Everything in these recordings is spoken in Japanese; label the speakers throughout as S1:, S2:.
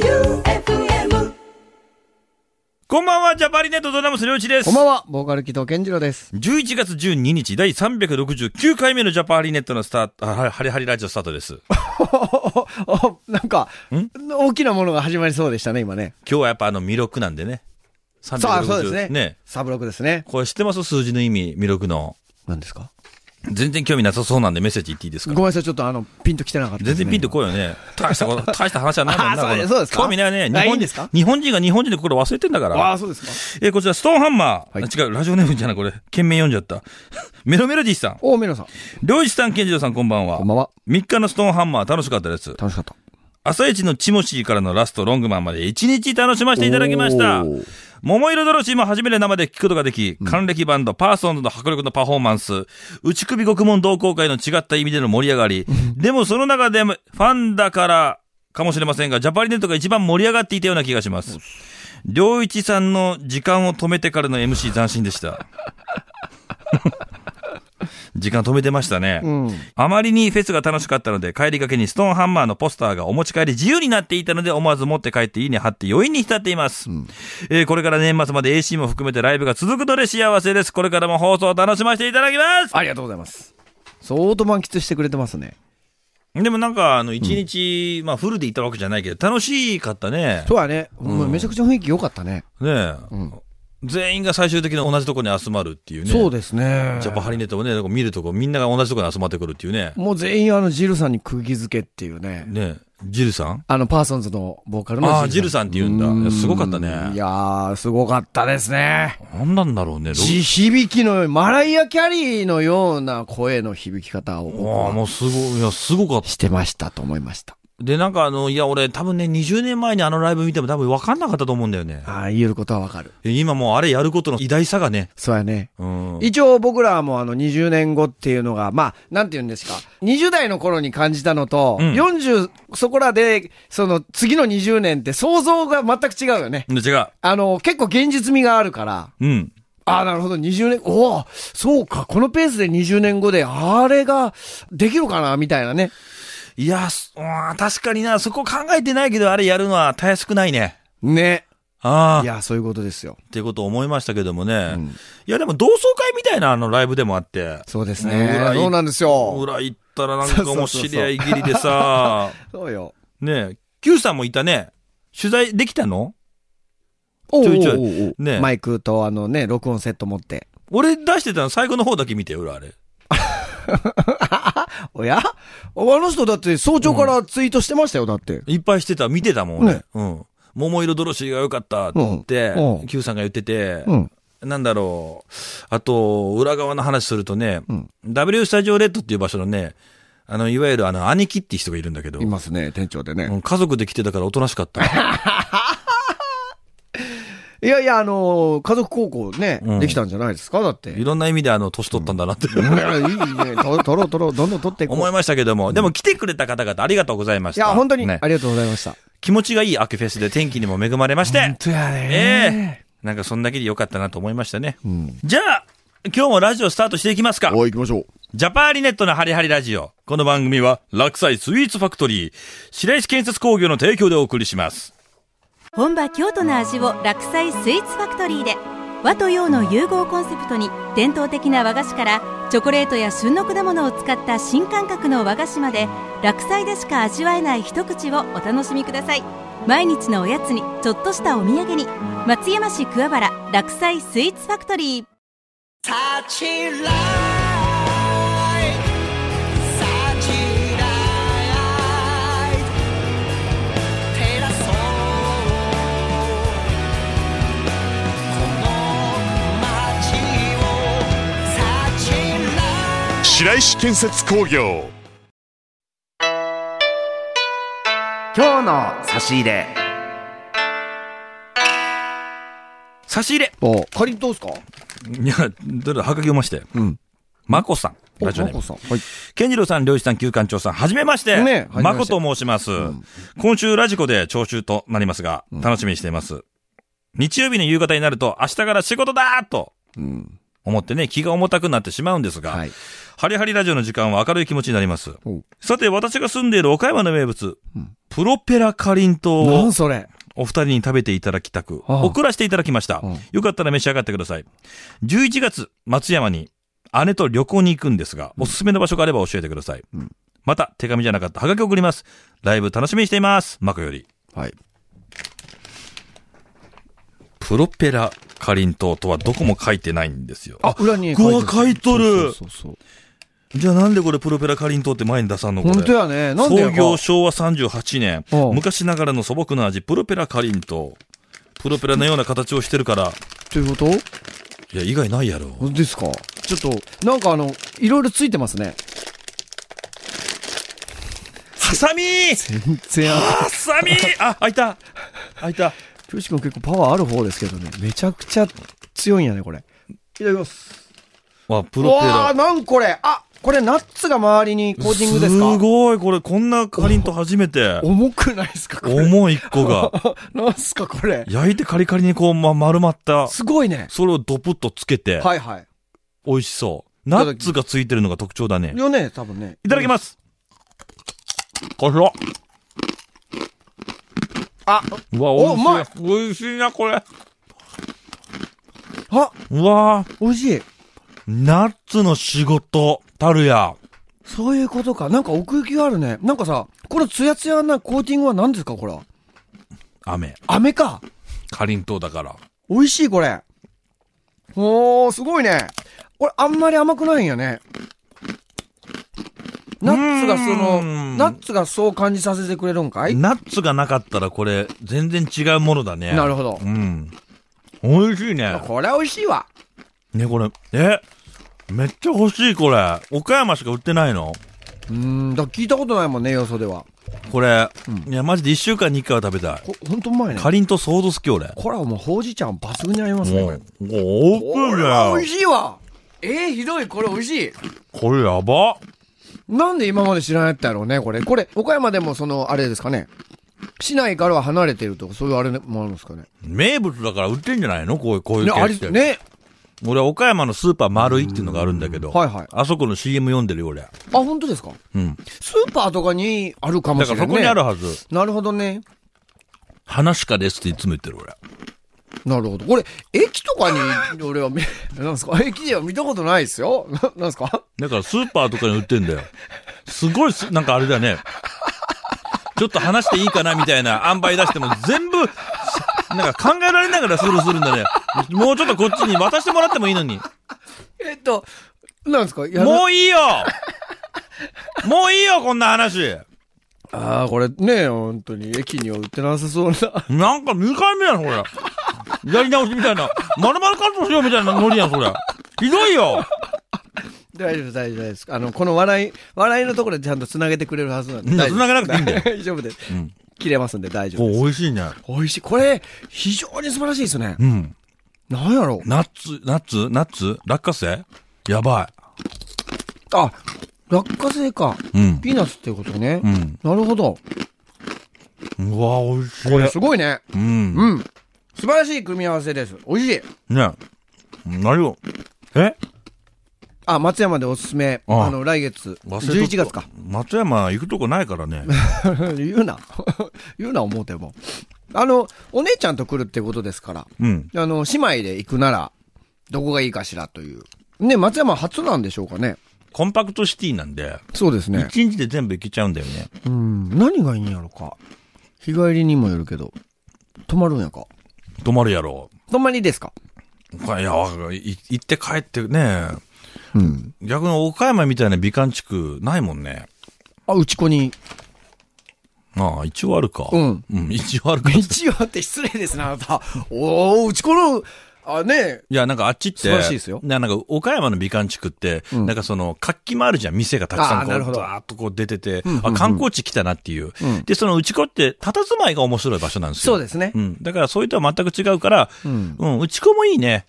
S1: J-O-E-U-F-M
S2: こんばんは、ジャパリネットドラムスりょうちです
S3: こん。ばんは、ボーカル木戸健次郎 です。
S2: 11月12日、第369回目のジャパリネットのスタート、あハリハリラジオスタートです。今
S3: なんか、大きなものが始まりそうでしたね、今ね。
S2: 日はやっぱあの、魅力なんでね。360
S3: そう、あそうですね。
S2: ね。
S3: サブロックですね。
S2: これ知ってます数字の意味、魅力の。
S3: 何ですか
S2: 全然興味なさそうなんでメッセージ言っていいです
S3: ご
S2: か
S3: めんなさい、ちょっとあの、ピンと来てなかった、
S2: 全然ピンとこいよね。大した こと、大した話じゃないもんな
S3: あそう
S2: これ
S3: そうですか
S2: 興味ないね。
S3: あ
S2: 日
S3: いい
S2: 本
S3: んですか
S2: 日本人が日本人の心忘れてんだか
S3: ああ、
S2: ら。
S3: そうですか。
S2: えー、こちら、ストーンハンマー。
S3: はい
S2: あ違う、ラジオネームじゃない、これ。懸命読んじゃった。メロメロディーさん。
S3: おお、メロさん。
S2: りょうじさん、健次郎さん、こんばんは。
S3: こんばんは。
S2: 3日のストーンハンマー楽しかったです。
S3: 楽しかった。
S2: 朝一のチモシーからのラストロングマンまで一日楽しませていただきました
S3: おー。
S2: 桃色ドロシーも初めて生で聞くことができ、還暦バンド、パーソンズの迫力のパフォーマンス、内首獄門同好会の違った意味での盛り上がり、でもその中でもファンだからかもしれませんが、ジャパリネットが一番盛り上がっていたような気がします。良一さんの時間を止めてからの MC 斬新で した。時間止めてましたね。
S3: うん。
S2: あまりにフェスが楽しかったので、帰りがけにストーンハンマーのポスターがお持ち帰り自由になっていたので、思わず持って帰って家に貼って余韻に浸っています。えーこれから年末まで AC も含めてライブが続くので幸せです。これからも放送を楽しませていただきます
S3: ありがとうございます。相当満喫してくれてますね。
S2: でもなんか、あの、一日、まあ、フルで行ったわけじゃないけど、楽しかったね。
S3: そうはね、ほんまめちゃくちゃ雰囲気良かったね。
S2: ねえ、全員が最終的に同じとこに集まるっていうね。
S3: そう
S2: で
S3: ですね。
S2: ジャパハリネットをね、見るとこ、みんなが同じとこに集まってくるっていうね。
S3: もう全員あの、ジルさんに釘付けっていうね。
S2: ねえジルさん
S3: あの、パーソンズのボーカルの
S2: あージルさんって言うんだ
S3: う
S2: いやすごかったね
S3: いやー、すごかったですね。
S2: なんなんだろうね。ロッ
S3: 地響きのように、マライア・キャリーのような声の響き方を僕
S2: ああ、
S3: は
S2: もうすごい、いや、すごかった。
S3: してましたと思いました。
S2: で、なんかあの、いや、俺、多分ね、20年前にあのライブ見ても多分分かんなかったと思うんだよね。
S3: ああ、言えることはわかる。
S2: 今もうあれやることの偉大さがね。
S3: そうやね。
S2: うん。
S3: 一応僕らもあの20年後っていうのが、まあ、なんて言うんですか。20代の頃に感じたのと、
S2: うん
S3: 40そこらで、その次の20年って想像が全く違うよね。
S2: 違う。
S3: あの、結構現実味があるから。
S2: うん。
S3: ああ、なるほど、20年、おお、そうか、このペースで20年後で、あれができるかな、みたいなね。
S2: いや、すうん確かにな、そこ考えてないけど、あれやるのはたやすくないね。
S3: ね。
S2: あ
S3: い
S2: あ。っ
S3: や、そういうことですよ。
S2: てこと思いましたけどもね。
S3: うん
S2: いや、でも同窓会みたいなあのライブでもあって。
S3: そうです
S2: うん裏
S3: ね。
S2: い
S3: そうなんですよ。
S2: 裏行ったらなん
S3: そ
S2: か
S3: うそう
S2: も
S3: そう
S2: う
S3: そう
S2: 知り合いぎりでさ、
S3: そうよ。
S2: ねえ、Q さんもいたね。取材できたの
S3: おう
S2: ちょいちょい
S3: おうおうおう
S2: ね
S3: マイクとあのね、録音セット持って。
S2: 俺出してたの最後の方だけ見てよ、裏あれ。
S3: おやあの人だって早朝からツイートしてましたよ、だって。
S2: いっぱいしてた、見てたもんね。
S3: ね
S2: うん。桃色ドロシーが良かったって言って
S3: うんう、ん
S2: Q さんが言ってて、
S3: うん。
S2: なんだろう。あと、裏側の話するとね、
S3: うん
S2: W スタジオレッドっていう場所のね、あの、いわゆるあの、兄貴って人がいるんだけど、
S3: いますね、店長で
S2: う
S3: ね。
S2: ん家族で来てたからおとなしかった。
S3: いやいや、あのー家族高校ね、
S2: うん
S3: できたんじゃないですかだって。い
S2: いろんな意味であの、年取ったんだなって、
S3: やいいね。と取ろう取ろう、どんどん取っていこう。
S2: 思い
S3: い
S2: ましたけども、でも来てくれた方々ありがとうございました。
S3: や、本当に、
S2: ね
S3: ありがとうございました。
S2: 気持ちがいい秋フェスで天気にも恵まれまして、
S3: 当や
S2: ええなんかそんだけで良かったなと思いましたね。
S3: うん。
S2: じゃあ、今日もラジオスタートしていきますか。
S3: おい、行きましょう。
S2: ジャパーリネットのハリハリラジオ。この番組は、落栽スイーツファクトリー、白石建設工業の提供でお送りします。
S4: 本場京都の味を落菜スイーツファクトリーで和と洋の融合をコンセプトに伝統的な和菓子からチョコレートや旬の果物を使った新感覚の和菓子まで落菜でしか味わえない一口をお楽しみください毎日のおやつにちょっとしたお土産に松山市桑原落菜スイーツファクトリー
S5: 白石建設工業
S6: 今日の差し入れ
S2: 差し入れ
S3: お仮にどうすか
S2: いや、どれだ、はがき読まして。
S3: うん。
S2: まこさん。
S3: お
S2: ラジオネ
S3: マ
S2: ーム
S3: コ。さん。はい。
S2: 健次郎さん、漁師さん、旧館長さん、はじめまして。
S3: ねはじめ
S2: ま
S3: ま
S2: こ
S3: して
S2: と申します。今週ラジコで聴衆となりますが、楽しみにしています。日曜日の夕方になると、明日から仕事だーと
S3: うん。
S2: 思ってね、気が重たくなってしまうんですが、
S3: はい。
S2: ハリハリラジオの時間は明るい気持ちになります
S3: おう。
S2: さて、私が住んでいる岡山の名物、プロペラかりんとうを
S3: 何それ
S2: お二人に食べていただきたく、
S3: ああ
S2: 送らせていただきました
S3: うん。
S2: よかったら召し上がってください。11月、松山に姉と旅行に行くんですが、おすすめの場所があれば教えてください。また、手紙じゃなかった、はがきを送ります。ライブ楽しみにしています。マコより。
S3: はい。
S2: プロペラかりんとうとはどこも書いてないんですよ。
S3: あ、裏に
S2: こ
S3: 書
S2: こ書いとる
S3: そうそうそうそう
S2: じゃあなんでこれプロペラかりんとうって前に出さんのこれ
S3: 本当やね。なんでや
S2: 創業昭和38年
S3: う、ん
S2: 昔ながらの素朴な味、プロペラかりんとう。プロペラのような形をしてるから、
S3: ということ
S2: いや、以外ないやろ。
S3: 本当ですかちょっと、なんかあの、いろいろついてます ね。
S2: ハサミ
S3: 全然あ
S2: ハサミあ、開いた開いた。
S3: きょうし君結構パワーある方ですけどね。めちゃくちゃ強いんやね、これ。いただきます。
S2: わ、プ
S3: う
S2: ロペ
S3: わー、
S2: ラ。
S3: なんこれあ、これナッツが周りにコーティングですか
S2: すごい、これ、こんなかりんとう初めて。
S3: 重くないですかこれ。
S2: 重い一個が。
S3: なんすかこれ。
S2: 焼いてカリカリにこう、ま、丸まった。
S3: すごいね。
S2: それをドプッとつけて、
S3: はいはい。
S2: 美味しそう。
S3: た
S2: ナ
S3: だき
S2: ッツがついてるのが特徴だね。
S3: よね、多分ね。。
S2: いただきますす。これ
S3: あ、
S2: うわ、
S3: おうまい
S2: 美味しい。美味しいな、これ。
S3: あ、
S2: うわ
S3: 美味しい。
S2: ナッツの仕事、たるや。
S3: そういうことか。なんか奥行きがあるね。なんかさ、このツヤツヤなコーティングは何ですかこれは。
S2: 雨。
S3: 飴か。
S2: かりんとうだから。
S3: 美味しい、これ。おー、すごいね。これ、あんまり甘くないんやね。ナッツがそう
S2: ー
S3: の、
S2: ん
S3: ナッツがそう感じさせてくれるんかい
S2: ナッツがなかったらこれ、全然違うものだね。
S3: なるほど
S2: うん。美味しいね
S3: あ。これは美味しいわ。
S2: ね、これ。えめっちゃ欲しい、これ。岡山しか売ってないの
S3: うーん、だから聞いたことないもんね、よそでは。
S2: これ、いや、マジで一週間に一回は食べたい。
S3: こほんとうまいね。
S2: かりんとう相当好き、俺。
S3: これはもう、ほうじ茶抜群に合いますね、
S2: も
S3: これ
S2: う、お
S3: これは
S2: く
S3: 美味
S2: ね。
S3: しいわ。えー、ひどい、これ美味しい。
S2: これやば。
S3: なんで今まで知らなかったやろうね、これ。これ、岡山でもその、あれですかね。市内からは離れてるとか、そういうあれもあるんですかね。
S2: 名物だから売ってんじゃないのこういう、こういう
S3: ね、
S2: ケ
S3: あ
S2: ース
S3: り
S2: っ、て。
S3: ね。
S2: 俺、岡山のスーパー丸いっていうのがあるんだけど、
S3: うんはいはい
S2: あそこの CM 読んでるよ、俺。
S3: あ、本当ですか
S2: うん。
S3: スーパーとかにあるかも
S2: だ
S3: し
S2: か
S3: れ
S2: ら
S3: な
S2: そ
S3: い、ね。
S2: こにあるはず。
S3: なるほどね。
S2: 花しかですっていつも言ってる、俺。
S3: なるほど。これ、駅とかに、俺は見、 なんですか駅では見たことないですよ。ななんですか
S2: だからスーパーとかに売ってんだよ。すごいす、なんかあれだね。ちょっと話していいかなみたいな塩梅出しても全部、なんか考えられながらスルーするんだね。もうちょっとこっちに渡してもらってもいいのに。
S3: えっと、なんですかや
S2: もういいよもういいよ、こんな話
S3: ああ、これね、本当に、駅には売ってなさそうな。
S2: なんか2回目やん、 これ。やり直しみたいな。まるまるカットしようみたいなノリやん、それ。ひどいよ
S3: 大丈夫、大丈夫大丈夫です。あの、この笑い、笑いのところでちゃんと繋げてくれるはずなんで。
S2: うん
S3: 大丈夫
S2: 繋げなくていいんだよ
S3: 大丈夫です。切れますんで大丈
S2: こ
S3: 夫
S2: う、
S3: です。
S2: 美味しいね。
S3: 美味しい。これ、非常に素晴らしいですね
S2: う。ん。
S3: なんやろう。
S2: ナッツ、ナッツナッツ落花生やば
S3: あ、落花生か。
S2: い。うん。
S3: ピーナッツってことね。
S2: うん。
S3: なるほど。
S2: うわ、美味しい。
S3: これすごいね。
S2: うん。
S3: うん。素晴らしい組み合わせです。美味しい。
S2: ねえ。なるよ。え
S3: あ、松山でおすすめ。
S2: ああ
S3: あの、来月。
S2: 忘れと
S3: 11
S2: った
S3: 月か。。
S2: 松山行くとこないから ね。
S3: 言うな。 言うな、思うても。あの、お姉ちゃんと来るってことですから。
S2: うん。
S3: あの、姉妹で行くなら、どこがいいかしらという。ね、松山初なんでしょうかね。
S2: コンパクトシティなんで、
S3: そうですね。
S2: 一日で全部行けちゃうんだよね。
S3: うん。何がいいんやろか。日帰りにもよるけど。泊まるんやか。
S2: 泊まるやろ。
S3: 泊まりですか
S2: いや、わかるい行って帰ってね。
S3: うん。
S2: 逆に岡山みたいな美観地区ないもんね。
S3: あ、うち子に。
S2: ああ、一応あるか。
S3: うん。
S2: うん、一応あるか。い
S3: 一応って失礼ですな、あなた。おー、うち子の、あ、ね
S2: や、なんかあっちって、
S3: 素晴らしいですよ
S2: ななんか岡山の美観地区って、
S3: ん
S2: なんかその活気もあるじゃん、店がたくさんこ
S3: あーな
S2: う、
S3: るほど
S2: わーっとこう出てて、
S3: うんうんうん
S2: あ、観光地来たなっていう。
S3: うん
S2: で、そのうち子って、佇まいが面白い場所なんですよ。
S3: そうですね
S2: う。ん。だから、それとは全く違うから、
S3: うん。
S2: うん、うち子もいいね。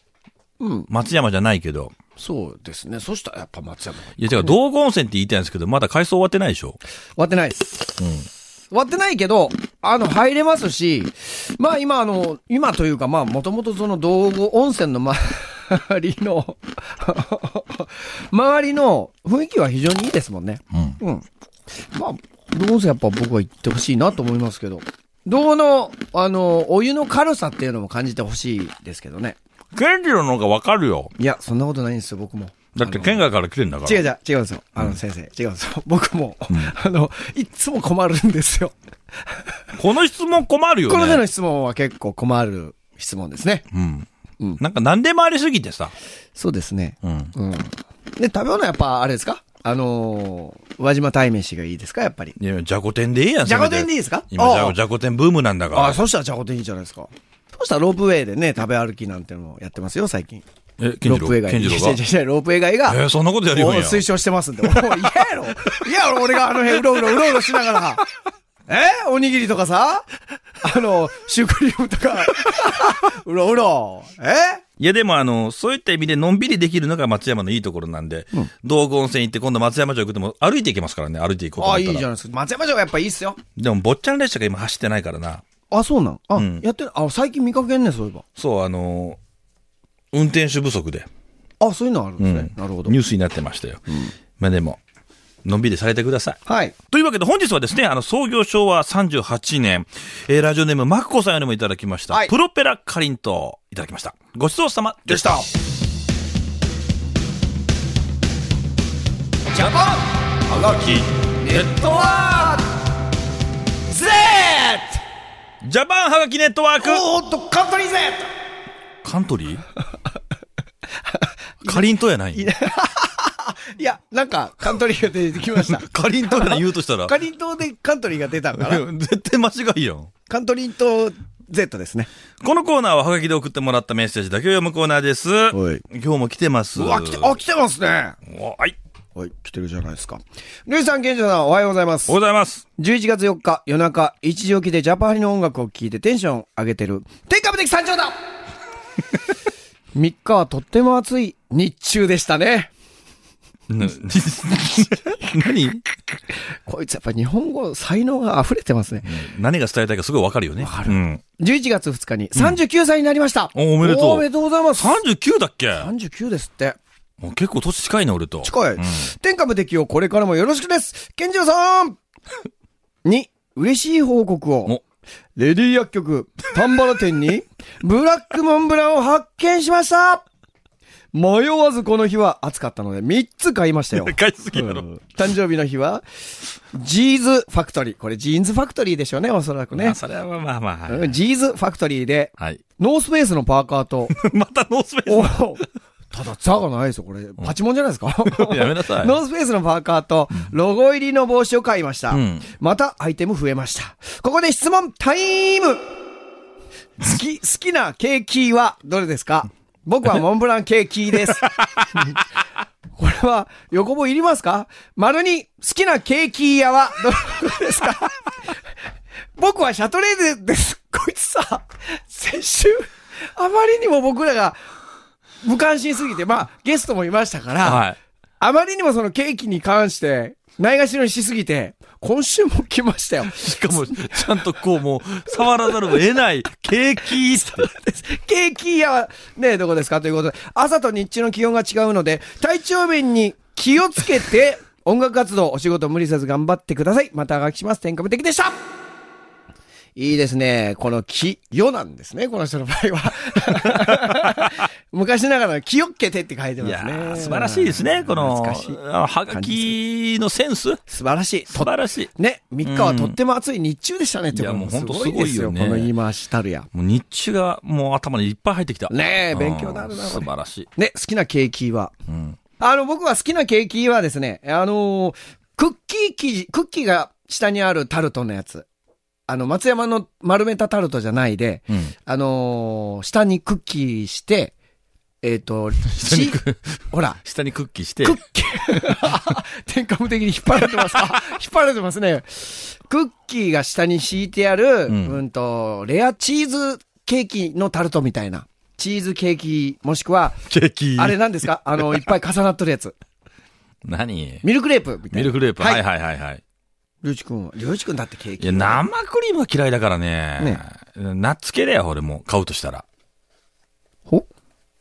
S3: うん。
S2: 松山じゃないけど。
S3: そうですね。そしたらやっぱ松山がいい
S2: いや、てか、道後温泉って言いたいんですけど、まだ改装終わってないでしょ
S3: 終わってないです。終わってないけど、あの、入れますし、まあ今あの、今というかまあもともとその道後温泉のまあ、周りの周りの雰囲気は非常にいいですもんね。
S2: うん。
S3: うん。まあ、どうせやっぱ僕は行ってほしいなと思いますけど。どうの、あの、お湯の軽さっていうのも感じてほしいですけどね。
S2: 権利の方がわかるよ。
S3: いや、そんなことないんですよ、僕も。
S2: だって
S3: あの
S2: 県外から来てんだから。
S3: 違う違う、違うんですよ。あの、先生、違うんですよ。 僕も、あの、いつも困るんですよ。
S2: この質問困るよね。
S3: この手の質問は結構困る質問ですね。
S2: うん。
S3: うん
S2: なんか何でもありすぎてさ。
S3: そうですね。
S2: うん。
S3: うん。で、食べ物はやっぱ、あれですかあのー、宇和島鯛めしがいいですかやっぱり。
S2: いや、じゃこ天でいいやん。
S3: じゃこ
S2: せ
S3: 天
S2: めて
S3: でいいですか
S2: 今
S3: ああ
S2: じゃ、じゃこ天ブームなんだから。
S3: あ、そしたらじゃこ天いいじゃないですか。そうしたらロープウェイでね、食べ歩きなんてのもやってますよ、最近。
S2: え、
S3: ロ
S2: 健
S3: ー
S2: 次
S3: プウェイ
S2: 郎
S3: が。
S2: 健次郎
S3: いやいやいやロープウェイがいが。
S2: が。えー、そんなことやるよ。
S3: お推奨してますんで。おい 嫌やろ。いやろ、俺があの辺うろうろうろうろしながら。えおにぎりとかさあの、シュークリームとか。 うろうろ。え
S2: いやでもあの、そういった意味でのんびりできるのが松山のいいところなんで、道後温泉行って今度松山城行くとも歩いて行けますからね、歩いて行こうと
S3: あ、いい
S2: 思
S3: じ
S2: った
S3: ゃない
S2: ら。
S3: ですか。松山城はやっぱいいっすよ。
S2: でも、坊ちゃん列車が今走ってないからな。
S3: あ、そうなんあ、
S2: うん
S3: やってる。あ、最近見かけんね、そういえ
S2: そう、あのー運転手不足で、
S3: ば。あ、そういうのあるんですね。
S2: うん
S3: なるほど
S2: ニュ。ースになってましたよ。まあでも、のんびりされてください。
S3: はい。
S2: というわけで本日はですね、あの、創業昭和38年、えーラジオネームマクコさんよりもいただきました、
S3: はい
S2: プロペラカリンといただきました。ごちそうさまでした。
S3: ジャパン
S2: はがきネットワー
S3: Z!
S2: クジャパンはがきネットワーク
S3: おーっと、カントリー Z!
S2: カントリーかりんとうやない
S3: いや、なんか、カントリーが出てきま した。
S2: かりんとうやない言うとしたら
S3: カ。リン島でカントリーが出たのかな
S2: 絶対間違いやん。
S3: カントリー島 Z ですね。
S2: このコーナーははがきで送ってもらったメッセージだけを読むコーナーです。
S3: はい
S2: 今日も来てます。
S3: うわ、来て、あ、来てますね。
S2: おはい。
S3: はい、来てるじゃないですか。ルイさん、ケンジさん、おはようございます
S2: おはよう。ございます。
S3: 11月4日、夜中、1時起きでジャパハリの音楽を聴いてテンション上げてる、天下無敵山頂 だ3日はとっても暑い日中でしたね。
S2: な 何
S3: こいつやっぱ日本語、才能が溢れてますね。
S2: 何が伝えたいかすごいわかるよね。わかる。うん。
S3: 11月2日に39歳になりました。
S2: おおめでとう
S3: おめでとうございます。
S2: 39だっけ
S3: 39ですって。
S2: もう結構年近いな、俺と。
S3: 近い。天下無敵をこれからもよろしくです。健二郎 さんに、嬉しい報告を
S2: お。
S3: レディー薬局、丹原店に、ブラックモンブランを発見しました迷わずこの日は暑かったので3つ買いまし たよ。
S2: 近いすぎだ
S3: う
S2: ろ。
S3: ん誕生日の日は、ジーズファクトリー。これジーンズファクトリーでしょうね、おそらく
S2: まあ
S3: ね。
S2: それはまあまあ。
S3: うんジーズファクトリーで、
S2: はい。
S3: ノースペースのパーカーと、
S2: またノースペー
S3: おただ、ザがないですよ、これ。パチモンじゃないですか
S2: ス。 やめなさい。
S3: ノースペースのパーカーと、ロゴ入りの帽子を買いました。
S2: ん
S3: また、アイテム増えました。ここで質問タイム好き、好 きなケーキはどれですか僕はモンブランケーキです。これは、横棒いりますか丸に、好きなケーキ屋はどこですか僕はシャトレーゼです。こいつさ、先週、あまりにも僕らが、無関心すぎて、まあ、ゲストもいましたから、
S2: はい。
S3: あまりにもそのケーキに関して、ないがしろにしすぎて、今週も来ましたよ。
S2: しかも、ちゃんとこう、もう、触らざるを得ない、ケーキって。
S3: ケーキ屋は、ね、どこですかということで、朝と日中の気温が違うので、体調面に気をつけて、 音楽活動、お仕事無理せず頑張ってください。また上書きします。天下無敵でしたいいですね。この気、世なんですね。この人の場 合は。昔ながらの気をっけてって書いて
S2: い
S3: ま
S2: や
S3: すね
S2: ー。素晴らしいですね、この、
S3: 懐かしい
S2: あのはがきのセンス。
S3: 素晴らしい。
S2: 素晴らしい。
S3: ね、3日はとっても暑い日中でしたねってこと
S2: いやもうほんと
S3: すごいですよ、
S2: すごいよね
S3: この言い回したるや。
S2: もう日中がもう頭にいっぱい入ってきた。
S3: ねえ
S2: うん
S3: 勉強になるなこれ
S2: 素晴らしい。
S3: ね、好きなケーキは。
S2: うん。
S3: あの、僕は好きなケーキはですね、あのークッキー生地、クッキーが下にあるタルトのやつ。あの、松山の丸めたタルトじゃないで、
S2: うん。
S3: あのー下にクッキーして、え っ、と、しほら、
S2: 下にクッキーして
S3: ク、ッキー、天下無敵に引っ張られ てますか引っ張られてますね。クッキーが下に敷いてある、うんん、と、レアチーズケーキのタルトみたいな。チーズケーキ、もしくは、
S2: ケーキ。
S3: あれなんですかあの、いっぱい重なっとるやつ。
S2: 何
S3: ミルクレープみたいな。
S2: ミルクレープ。
S3: は。
S2: はいいはいはいはい。
S3: りょうちくんは、りょうちくんだってケー
S2: い
S3: キ。
S2: や、生クリームが嫌いだからね。
S3: ね
S2: ナッツ系だよ、俺も。買うとしたら。
S3: ほ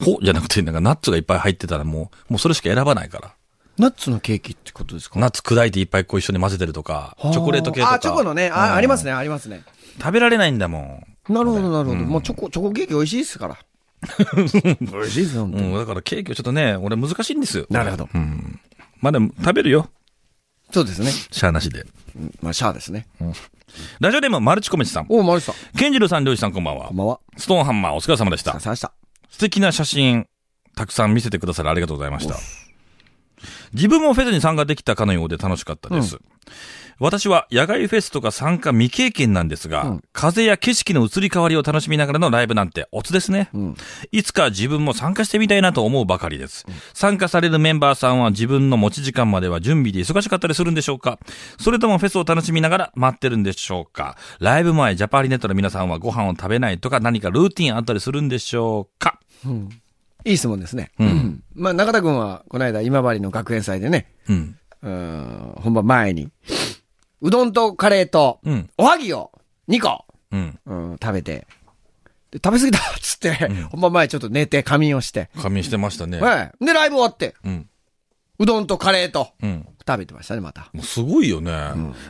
S2: ほじゃなくて、なんかナッツがいっぱい入ってたらもう、もうそれしか選ばないから。
S3: ナッツのケーキってことですか
S2: ナッツ砕いていっぱいこう一緒に混ぜてるとか、チョコレート系とか。
S3: あ、チョコのね、
S2: う
S3: あ、
S2: ん
S3: ありますね、ありますね。
S2: 食べられないんだもん。
S3: なるほど、なるほど。もうチョコ、チョコケーキ美味しいで すから。美味しいですよ、本当
S2: うん、
S3: に
S2: だからケーキはちょっとね、俺難しいんですよ。
S3: なるほど。
S2: まあでも食べるよ。
S3: そうですね。
S2: しゃあなしで。
S3: まあ、シャアですね。
S2: ラジオネームマルチコメチさん。
S3: おう、マルシさん。
S2: ケンジルさん、りょうじさんこんばんは
S3: こん。ばんは。
S2: ストーンハンマーお疲れ様でし
S3: さ
S2: た
S3: あ、。さあ、した。
S2: 素敵な写真、たくさん見せてくださりありがとうございました。自分もフェスに参加できたかのようで楽しかったです。私は野外フェスとか参加未経験なんですが、風や景色の移り変わりを楽しみながらのライブなんておつですね。いつか自分も参加してみたいなと思うばかりです。参加されるメンバーさんは自分の持ち時間までは準備で忙しかったりするんでしょうかそれともフェスを楽しみながら待ってるんでしょうかライブ前、ジャパリネットの皆さんはご飯を食べないとか何かルーティンあったりするんでしょうか
S3: いい質問ですね。うん。まあ、中田くんは、この間、今治の学園祭でね、
S2: うん。
S3: うん、本番前に、うどんとカレーと
S2: うん、
S3: おはぎを2個、
S2: うん。
S3: うん、食べて、で食べ過ぎたっつって、本番前ちょっと寝て仮眠をして、
S2: 仮眠してましたね。
S3: はい。で、ライブ終わって、
S2: うん。
S3: うどんとカレーと、
S2: うん。
S3: 食べてましたね、また。
S2: もうすごいよね。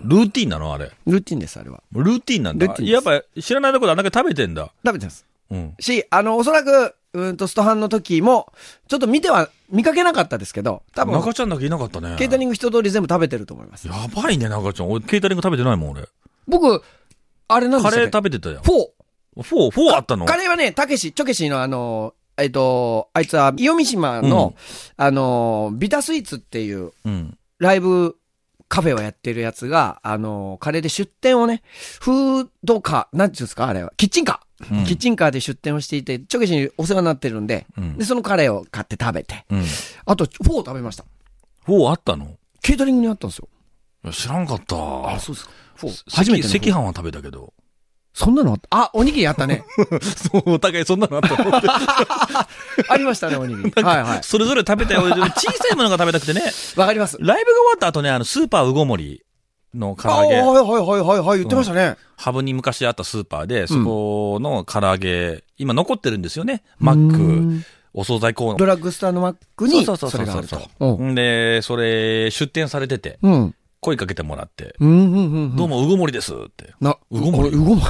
S2: ルーティンなのあれ。
S3: ルーティンです、あれは。
S2: ルーティンなんだ。
S3: ルーティンで
S2: やっ
S3: す
S2: ぱ知らないとこであんだけ食べてんだ。
S3: 食べてます。
S2: うん。
S3: し、あの、おそらく、うーんと、ストハンの時も、ちょっと見ては、見かけなかったですけど、多分、
S2: 中ちゃんだけいなかったね。
S3: ケータリング一通り全部食べてると思います。
S2: やばいね、中ちゃん。俺、ケータリング食べてないもん、俺。
S3: 僕、あれなんで
S2: カ
S3: す
S2: レー
S3: よ。
S2: 食べてたよ。
S3: フォー。
S2: フォー、フォーあったの
S3: カレーはね、たけし、ちょけしのあの、えっと、あいつは、伊予三島の、あの、ビタスイーツっていう
S2: うん。
S3: ライブカフェをやってるやつが、あの、カレーで出店をね、フードカー、なんていうんですかあれは、キッチンカー、
S2: うん
S3: キッチンカーで出店をしていて、ちょけしにお世話になってるんで、
S2: うん
S3: で、そのカレーを買って食べて、
S2: うん。
S3: あと、フォー食べました。
S2: フォーあったの
S3: ケータリングにあったんですよ。
S2: いや知らんかった。
S3: そうですか。フォー。初
S2: 初
S3: め
S2: め
S3: て
S2: て。
S3: の
S2: 赤
S3: フォー。
S2: 飯は食べたけ ど。
S3: そんなのあったあ、おにぎりあっ たね。
S2: そう、お互いそんなのあったの
S3: ありましたね、おにぎり。はいはい。
S2: それぞれ食べたよ。小さいものが食べたくてね。
S3: わかります。
S2: ライブが終わった後ね、あの、スーパーうごもりの唐揚
S3: あはい
S2: げ。
S3: はいはいはいはい、言ってましたね。
S2: ハブに昔あったスーパーで、そこの唐揚げ、今残ってるんですよね。マック、お惣菜コーナ
S3: ド
S2: ー。
S3: ラッグストアのマックに、
S2: そうそう
S3: そ
S2: そう
S3: れが
S2: そ
S3: あ
S2: う
S3: る
S2: そ
S3: と
S2: う。
S3: うん
S2: で、それ、出店されてて、
S3: うん。
S2: 声かけてもらって、
S3: うん、うん、うん。
S2: どうも、うごもりですって。
S3: な、
S2: うごもり
S3: これうごも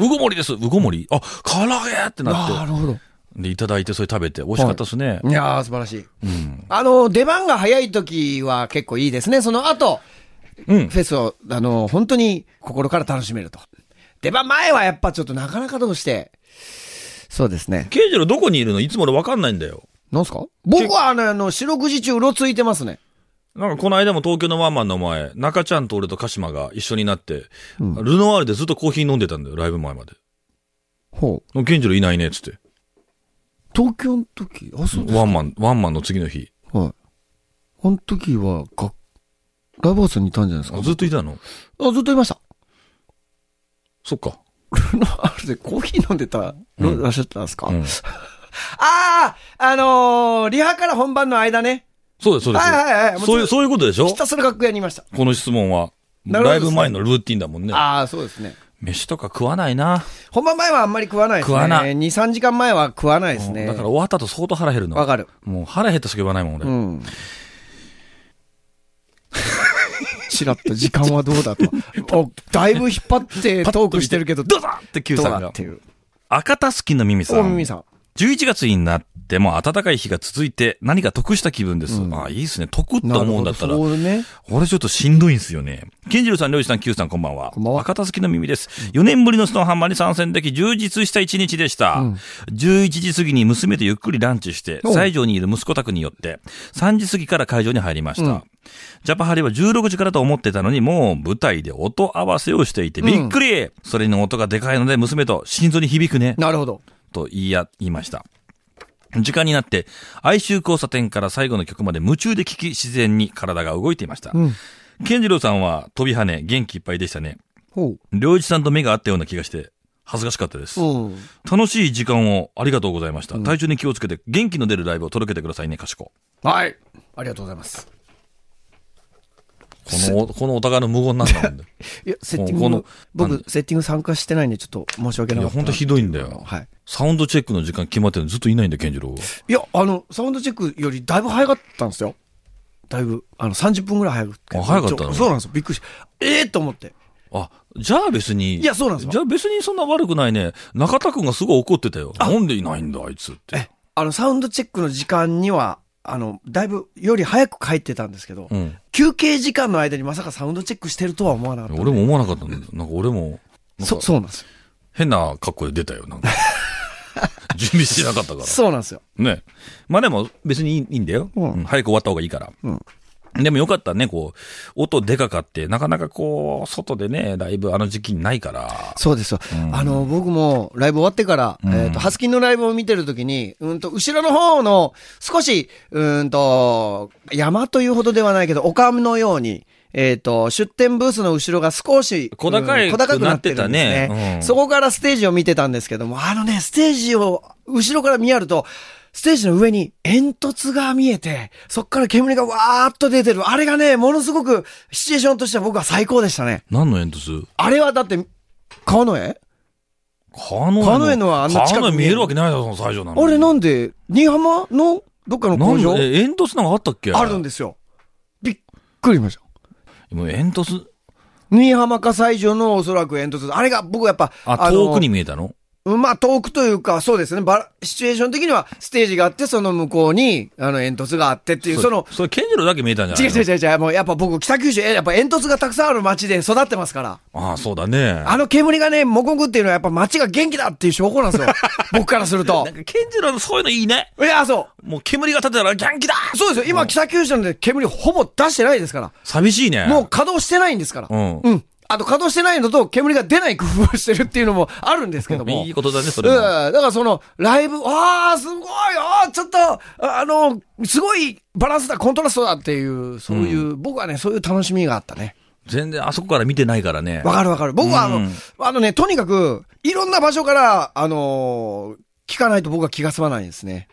S2: うごもりですうごもりあ、唐揚げってな
S3: な
S2: っ
S3: るほど。
S2: て、で、いただいて、それ食べて、美味しかったですね。
S3: いやー、素晴らしい。あの、出番が早い時は結構いいですね。その後、
S2: うん。
S3: フェスを、あの、本当に心から楽しめると。出番前はやっぱちょっとなかなかどうして、そうですね。
S2: ケイジロどこにいるのいつも俺わかんないんだよ。
S3: なんすか僕はあの、あの、四六時中うろついてますね。
S2: なんかこの間も東京のワンマンの前、中ちゃんと俺と鹿島が一緒になって、ルノワールでずっとコーヒー飲んでたんだよ、ライブ前まで。
S3: ほう。
S2: ケンジロいないね、つって。
S3: 東京の時あ、そう
S2: ワンマン、ワンマンの次の日。
S3: はい。あの時は、が、ライブハウスにいたんじゃないです
S2: あずっといたの
S3: あ、ずっといま した。
S2: そっか。
S3: ルノアールでコーヒー飲んでた、
S2: うん
S3: らっしゃったんですか、
S2: うん
S3: ああー、あのー、リハから本番の間ね。
S2: そうです、そうです。
S3: はいはいはい
S2: そういう、そういうことでしょ
S3: ひたすら楽屋にいました。
S2: この質問は。
S3: なるほ
S2: ライ
S3: どですね
S2: ブ前のルーティンだもんね。
S3: ああ、そうですね。
S2: 飯とか食わないな。
S3: 本番前はあんまり食わないですね。
S2: 食わない
S3: 2、3時間前は食わないですね。
S2: だから終わった後相当腹減るの。
S3: わかる。
S2: もう腹減ったしか言わないもん、俺。
S3: うん。ちらっと時間はどうだと。 おだいぶ引っ張ってトークしてるけど、
S2: ドザって Q
S3: どう
S2: さん
S3: だ
S2: が
S3: って。いう。
S2: 赤たすきの耳さ
S3: お
S2: ん。
S3: みさん。
S2: 11月になっても暖かい日が続いて何か得した気分です。ああ、いいですね。得と思うんだったら。
S3: そうね。
S2: 俺ちょっとしんどいんすよね。健次郎さん、りょうじさん、きゅうさん、こんばんは。
S3: こんばんは
S2: 赤たすきの耳です。4年ぶりのストーンハンマーに参戦でき、充実した一日でした。11時過ぎに娘とゆっくりランチして、
S3: おう
S2: 西条にいる息子宅によって、3時過ぎから会場に入りました。ジャパハリは16時からと思ってたのに、もう舞台で音合わせをしていて、びっくり、それの音がでかいので、娘と心臓に響くね。
S3: なるほど。
S2: と言いや、言いました。時間になって、哀愁交差点から最後の曲まで夢中で聴き、自然に体が動いていました。健次郎さんは飛び跳ね、元気いっぱいでしたね。
S3: ほ
S2: 良一さんと目が合ったような気がして、恥ずかしかったです。
S3: うん。
S2: 楽しい時間をありがとうございました。体調に気をつけて、元気の出るライブを届けてくださいね、かしこ。
S3: はい。ありがとうございます。
S2: の、このお互いの無言なんだもんね。
S3: い や、セッティン
S2: もうこ
S3: グ
S2: の
S3: の、
S2: な
S3: 僕、セッティング参加してないんで、ちょっと申し訳
S2: い
S3: なか
S2: や、
S3: った。
S2: ほんとひどいんだよ。
S3: はい。
S2: サウンドチェックの時間決まってるのずっといないんだよ、健次郎。
S3: いや、あの、サウンドチェックよりだいぶ早かったんですよ。だいぶ、あの、30分ぐらい早くて。
S2: あ早かったの
S3: ちょそうなんですよ。びっくりしええと思って。
S2: あ、じゃあ別に。
S3: いやそうなんですよ
S2: じゃあ別にそんな悪くないね。中田くんがすごい怒ってたよ。なんでいないんだ、あいつって。
S3: あの、サウンドチェックの時間には、あの、だいぶより早く帰ってたんですけど、
S2: うん。
S3: 休憩時間の間にまさかサウンドチェックしてるとは思わなかったんで。
S2: 俺も思わなかったんだよ。なんか俺も、なん
S3: そ、
S2: か
S3: そうなんですよ。
S2: 変な格好で出たよ、なん か。準備してなかったから。
S3: そうなんですよ。
S2: ね。まあでも別にいいいいんだよ、
S3: うん
S2: うん早く終わった方がいいから。でもよかったね、こう、音でかかって、なかなかこう、外でね、ライブあの時期にないから。
S3: そうですよ。あの、僕もライブ終わってから、えっ、と、ハスキンのライブを見てるときに、うんと、後ろの方の、少し、うんと、山というほどではないけど、丘のように、えっ、と、出店ブースの後ろが少し、
S2: 小高い
S3: うん小高くなってるんです
S2: なってたね
S3: ね、
S2: うん
S3: そこからステージを見てたんですけども、あのね、ステージを、後ろから見やると、ステージの上に煙突が見えて、そっから煙がわーっと出てる。あれがね、ものすごく、シチュエーションとしては僕は最高でしたね。
S2: 何の煙突
S3: あれはだって、川の絵
S2: 川の
S3: 川の絵のはあんな近くに
S2: 川の絵見えるわけないだろ、その最初なのに。
S3: あれなんで、新居浜のどっかの工
S2: なん
S3: 場
S2: で、え煙突なんかあったっけ
S3: あるんですよ。びっくりしました。
S2: もう煙突、
S3: 新居浜火災場のおそらく煙突。あれが僕やっぱ、
S2: あ、
S3: の
S2: 遠くに見えたの
S3: うんまあ遠くというか、そうですね。バラシチュエーション的にはステージがあって、その向こうに、あの煙突があってっていう、その、
S2: それ、ケンジロだけ見えたんじゃ
S3: 違う
S2: ないの
S3: 違う違う違う、もうやっぱ僕、北九州、えやっぱ煙突がたくさんある町で育って ますから、
S2: ああ、そうだね。
S3: あの煙がね、もこぐっていうのはやっぱ町が元気だっていう証拠なん ですよ。僕からすると
S2: なん。か、ケンジロのそういうのいいね。
S3: いや、そう。
S2: もう煙が立てたら元気だ
S3: そうですよ。今、北九州なんで煙ほぼ出してないですから。
S2: 寂しいね。
S3: もう稼働してないんですから。
S2: うん
S3: うん。あと稼働してないのと、煙が出ない工夫をしてるっていうのもあるんですけども。
S2: いいことだね、そ
S3: うん、
S2: れも。
S3: だからその、ライブ、ああ、すごい、ああ、ちょっと、ああの、すごいバランスだ、コントラストだっていう、そういう、僕はね、そういう楽しみがあったね。
S2: 全然、あそこから見てないからね。
S3: わかるわかる。僕はあの、
S2: うん
S3: あのね、とにかく、いろんな場所から、あの聞かないと僕は気が済まないんですね。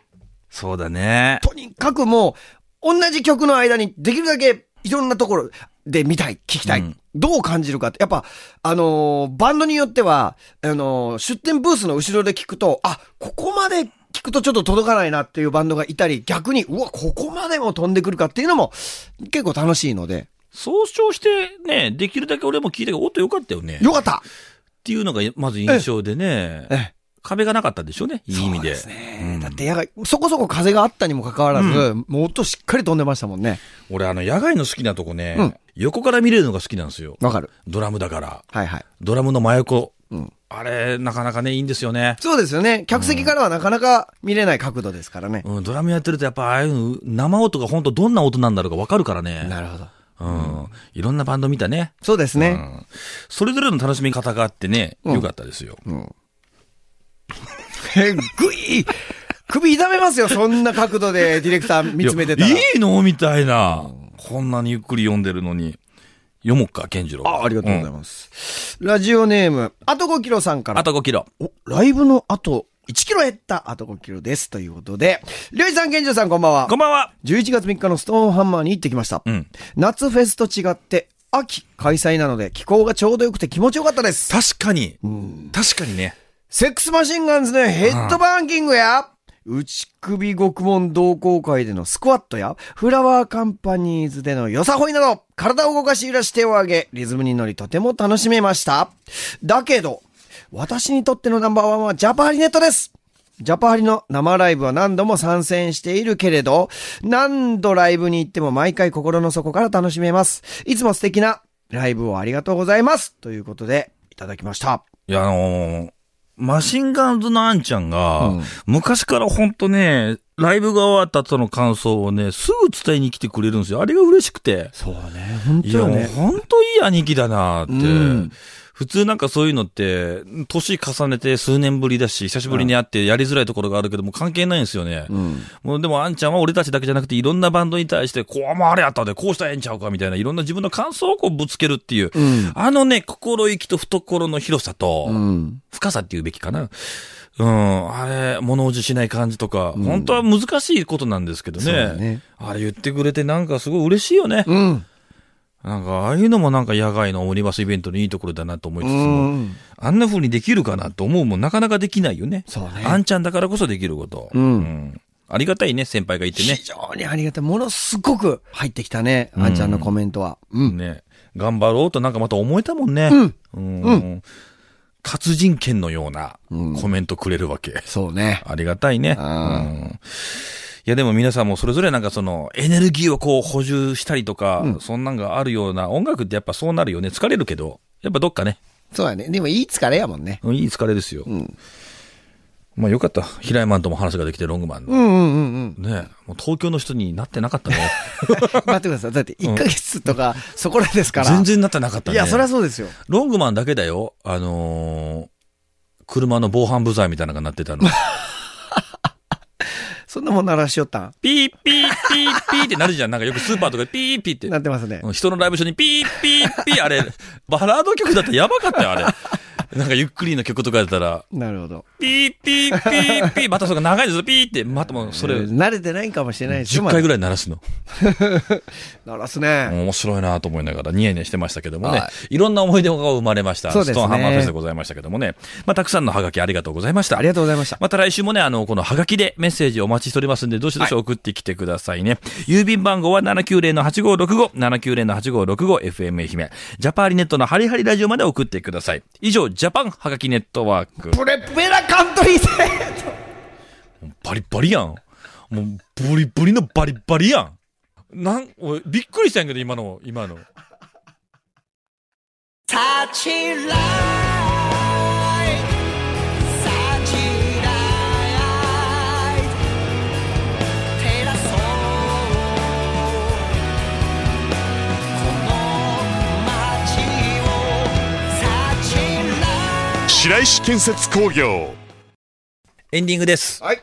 S2: そうだね。
S3: とにかくもう、同じ曲の間にできるだけいろんなところで見たい、聞きたい。
S2: うん
S3: どう感じるかって、やっぱ、あのーバンドによっては、あのー出店ブースの後ろで聞くと、あ、ここまで聞くとちょっと届かないなっていうバンドがいたり、逆に、うわ、ここまでも飛んでくるかっていうのも、結構楽しいので、
S2: 総称してね、できるだけ俺も聞いたけど、音良かったよね。っ
S3: よかった
S2: ていうのが、まず印象でね。
S3: え
S2: 壁がなかったでしょうね、いい意味で。
S3: そうですね。だって、やが、そこそこ風があったにもかかわらず、もう音しっかり飛んでましたもんね。
S2: 俺、あの、野外の好きなとこね、
S3: うん
S2: 横から見れるのが好きなんですよ。
S3: わかる。
S2: ドラムだから。
S3: はいはい。
S2: ドラムの真横。
S3: うん
S2: あれ、なかなかね、いいんですよね。
S3: そうですよね。客席からはなかなか見れない角度ですからね。
S2: うん、ドラムやってると、やっぱ、ああいうの、生音が本当どんな音なんだろうかわかるからね。
S3: るほど。
S2: うん。いろんなバンド見たね。
S3: そうです
S2: う
S3: ね。
S2: ん。それぞれの楽しみ方があってね、
S3: うん
S2: よかったですよ。
S3: えぐい首痛めますよ、そんな角度でディレクター見つめてたら。
S2: いやいいのみたいな。こんなにゆっくり読んでるのに。読もうか、健次郎。
S3: あありがとうござい
S2: す。
S3: ます。ラジオネーム、あと5キロさんから。
S2: あと5キロ。
S3: お、ライブのあと1キロ減った、あと5キロです。ということで、りょうじさん、けんじろうさん、こんばんは。
S2: こんばんは。
S3: 11月3日のストーンハンマーに行ってきました。
S2: うん。
S3: 夏フェスと違って、秋開催なので気候がちょうど良くて気持ちよかったです。
S2: 確かに。確かにね。
S3: セックスマシンガンズのヘッドバンキングや、内首獄門同好会でのスクワットや、フラワーカンパニーズでのよさほいなど、体を動かし揺らし手を上げ、リズムに乗りとても楽しめました。だけど、私にとってのナンバーワンはジャパハリネットですジャパハリの生ライブは何度も参戦しているけれど、何度ライブに行っても毎回心の底から楽しめます。いつも素敵なライブをありがとうございますということで、いただきました。
S2: いや、あのーマシンガンズのあんちゃんが、昔からほんとね、ライブが終わった後の感想をね、すぐ伝えに来てくれるんですよ。あれが嬉しくて。
S3: そうね、本
S2: いや、もうほんといい兄貴だなって。
S3: うん
S2: 普通なんかそういうのって、年重ねて数年ぶりだし、久しぶりに会ってやりづらいところがあるけども関係ないんですよね。もうでもあんちゃんは俺たちだけじゃなくていろんなバンドに対して、こう、まああれやったで、こうしたらええんちゃうかみたいないろんな自分の感想をこうぶつけるっていう、あのね、心意気と懐の広さと、深さっていうべきかな。うん、あれ、物おじしない感じとか、本当は難しいことなんですけど
S3: そうだ
S2: ね。
S3: ね
S2: あれ言ってくれてなんかすごい嬉しいよね。
S3: うん。
S2: なんか、ああいうのもなんか野外のオムニバスイベントのいいところだなと思いつつ
S3: う
S2: も
S3: ん、
S2: あんな風にできるかなと思うもん、なかなかできないよね。
S3: そうね
S2: あんちゃんだからこそできること。
S3: ん
S2: うんありがたいね、先輩がいてね
S3: 非。常にありがたい。ものすごく入ってきたね、あんちゃんのコメントは。うん。
S2: ね。頑張ろうとなんかまた思えたもんね。うん。活人権のようなコメントくれるわけ。
S3: そうね。
S2: ありがたいね。うんいやでも皆さんもそれぞれなんかそのエネルギーをこう補充したりとか、そんなんがあるような音楽ってやっぱそうなるよね。疲れるけど、やっぱどっかね、
S3: そうだね。でもいい疲れやもんね。
S2: うんいい疲れですよ。まあよかった。平井マンとも話ができてロングマンの。
S3: うんうんうんうん。
S2: ねもう東京の人になってなかったね。
S3: 待ってください。だって1ヶ月とか、そこらです から。
S2: 全然なってなかった
S3: い
S2: ね。
S3: や、そりゃそうですよ。
S2: ロングマンだけだよ。あのー車の防犯部材みたいなのがなってた の。
S3: そんなもん鳴らしよったん。
S2: ピーピーピーピーってなるじゃん。なんかよくスーパーとかでピーピーって。
S3: なってますね。
S2: 人のライブ中にピーピーピー、あ れ、バラード曲だったらやばかったよ、あれ。なんかゆっくりの曲とかだったら、
S3: なるほど。
S2: ピーピーピーピー、またそれが長いですピーって、またもうそれ、10
S3: 慣れてないんかもしれないですよ
S2: 回ぐ
S3: ま
S2: らい鳴らすの。
S3: だ鳴らすね。
S2: 面白いなと思いながらニヤニヤしてましたけどもね、、
S3: はい
S2: ろんな思い出が生まれました。
S3: そうです
S2: スト
S3: ね
S2: ーンハンマーフェスでございましたけどもね、まあ、たくさんのハガキありがとうございました。
S3: ありがとうございました。
S2: また来週もね、あの、このハガキでメッセージお待ちしておりますんで、どしどし送ってきてくださいね。郵便番号は790-8565、790-8565、FM 愛媛。ジャパーリネットのハリハリラジオまで送ってください。以上、ジャパンハガキネットワーク。
S3: プレペラカントリーセ
S2: バリバリやん。もう、ブリブリのバリバリやん。なん、俺、びっくりしたんやけど、今の、今の。
S5: 白石建設工業
S2: エンディングです。
S3: はい。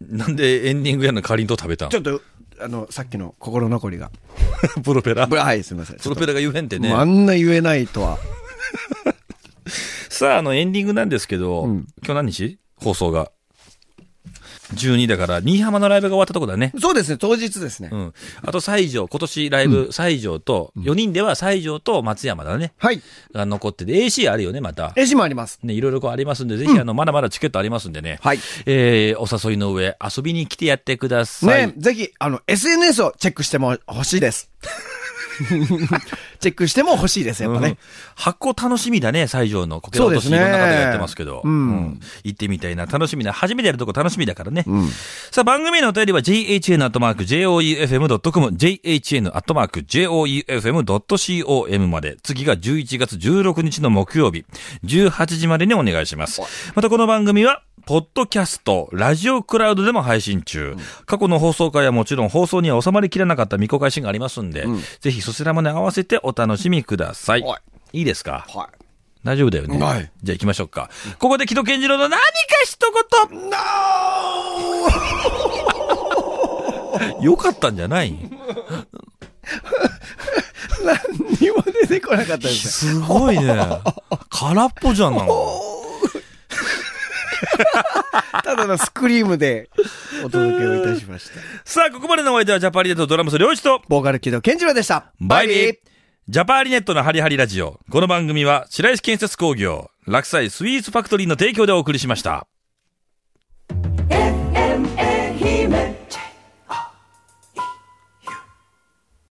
S2: なんでエンディングやの、かりんとう食べたん
S3: ちょっと、あの、さっきの心残りが。
S2: プロペラ
S3: ぶ。らはい、すみません。
S2: プロペラが言えんってね
S3: もう。あんな言えないとは。
S2: さあ、あの、エンディングなんですけど、
S3: ん
S2: 今日何日放送が。12だから、新居浜のライブが終わったとこだね。
S3: そうですね、当日ですね
S2: う。ん。あと、西条、今年ライブ、西条と、4人では西条と松山だね。
S3: はい。
S2: が残ってて、AC あるよね、また。
S3: 絵師もあります。
S2: ね、いろいろこうありますんで、ぜひ、あの、まだまだチケットありますんでね。
S3: はい
S2: えー、お誘いの上、遊びに来てやってください。
S3: ね、ぜひ、あの、SNS をチェックしても欲しいです。チェックしても欲しいです、やっぱ
S2: うん
S3: ね。
S2: 発行楽しみだね、西条のこけら落とし、
S3: そう
S2: い
S3: ですね
S2: ろんな方がやってますけど、
S3: うん
S2: 行ってみたいな、楽しみな、初めてやるとこ楽しみだからね。さあ、番組へのお便りは jhn.joefm.com、jhn.joefm.com まで、次が11月16日の木曜日、18時までにお願いします。またこの番組は、ポッドキャスト、ラジオクラウドでも配信中。過去の放送回はもちろん放送には収まりきらなかった未公開シーンがありますんで、ぜひそちらもね、合わせてお楽しみください。、
S3: はい
S2: いですか
S3: は
S2: 大丈夫だよね。
S3: はい
S2: じゃあ行きましょうか。ここで木戸健次郎の何か一言 よかったんじゃない
S3: い。何も出てこなかった ですね。
S2: すごいね。空っぽじゃんなんか。
S3: ただのスクリームでお届けをいたしました。
S2: さあ、ここまでのお相手はジャパリネットドラムス両一と、
S3: ボーカル木戸健次郎でした。
S2: バイビージャパーリネットのハリハリラジオ。この番組は白石建設工業、落栽スイーツファクトリーの提供でお送りしました。
S1: FM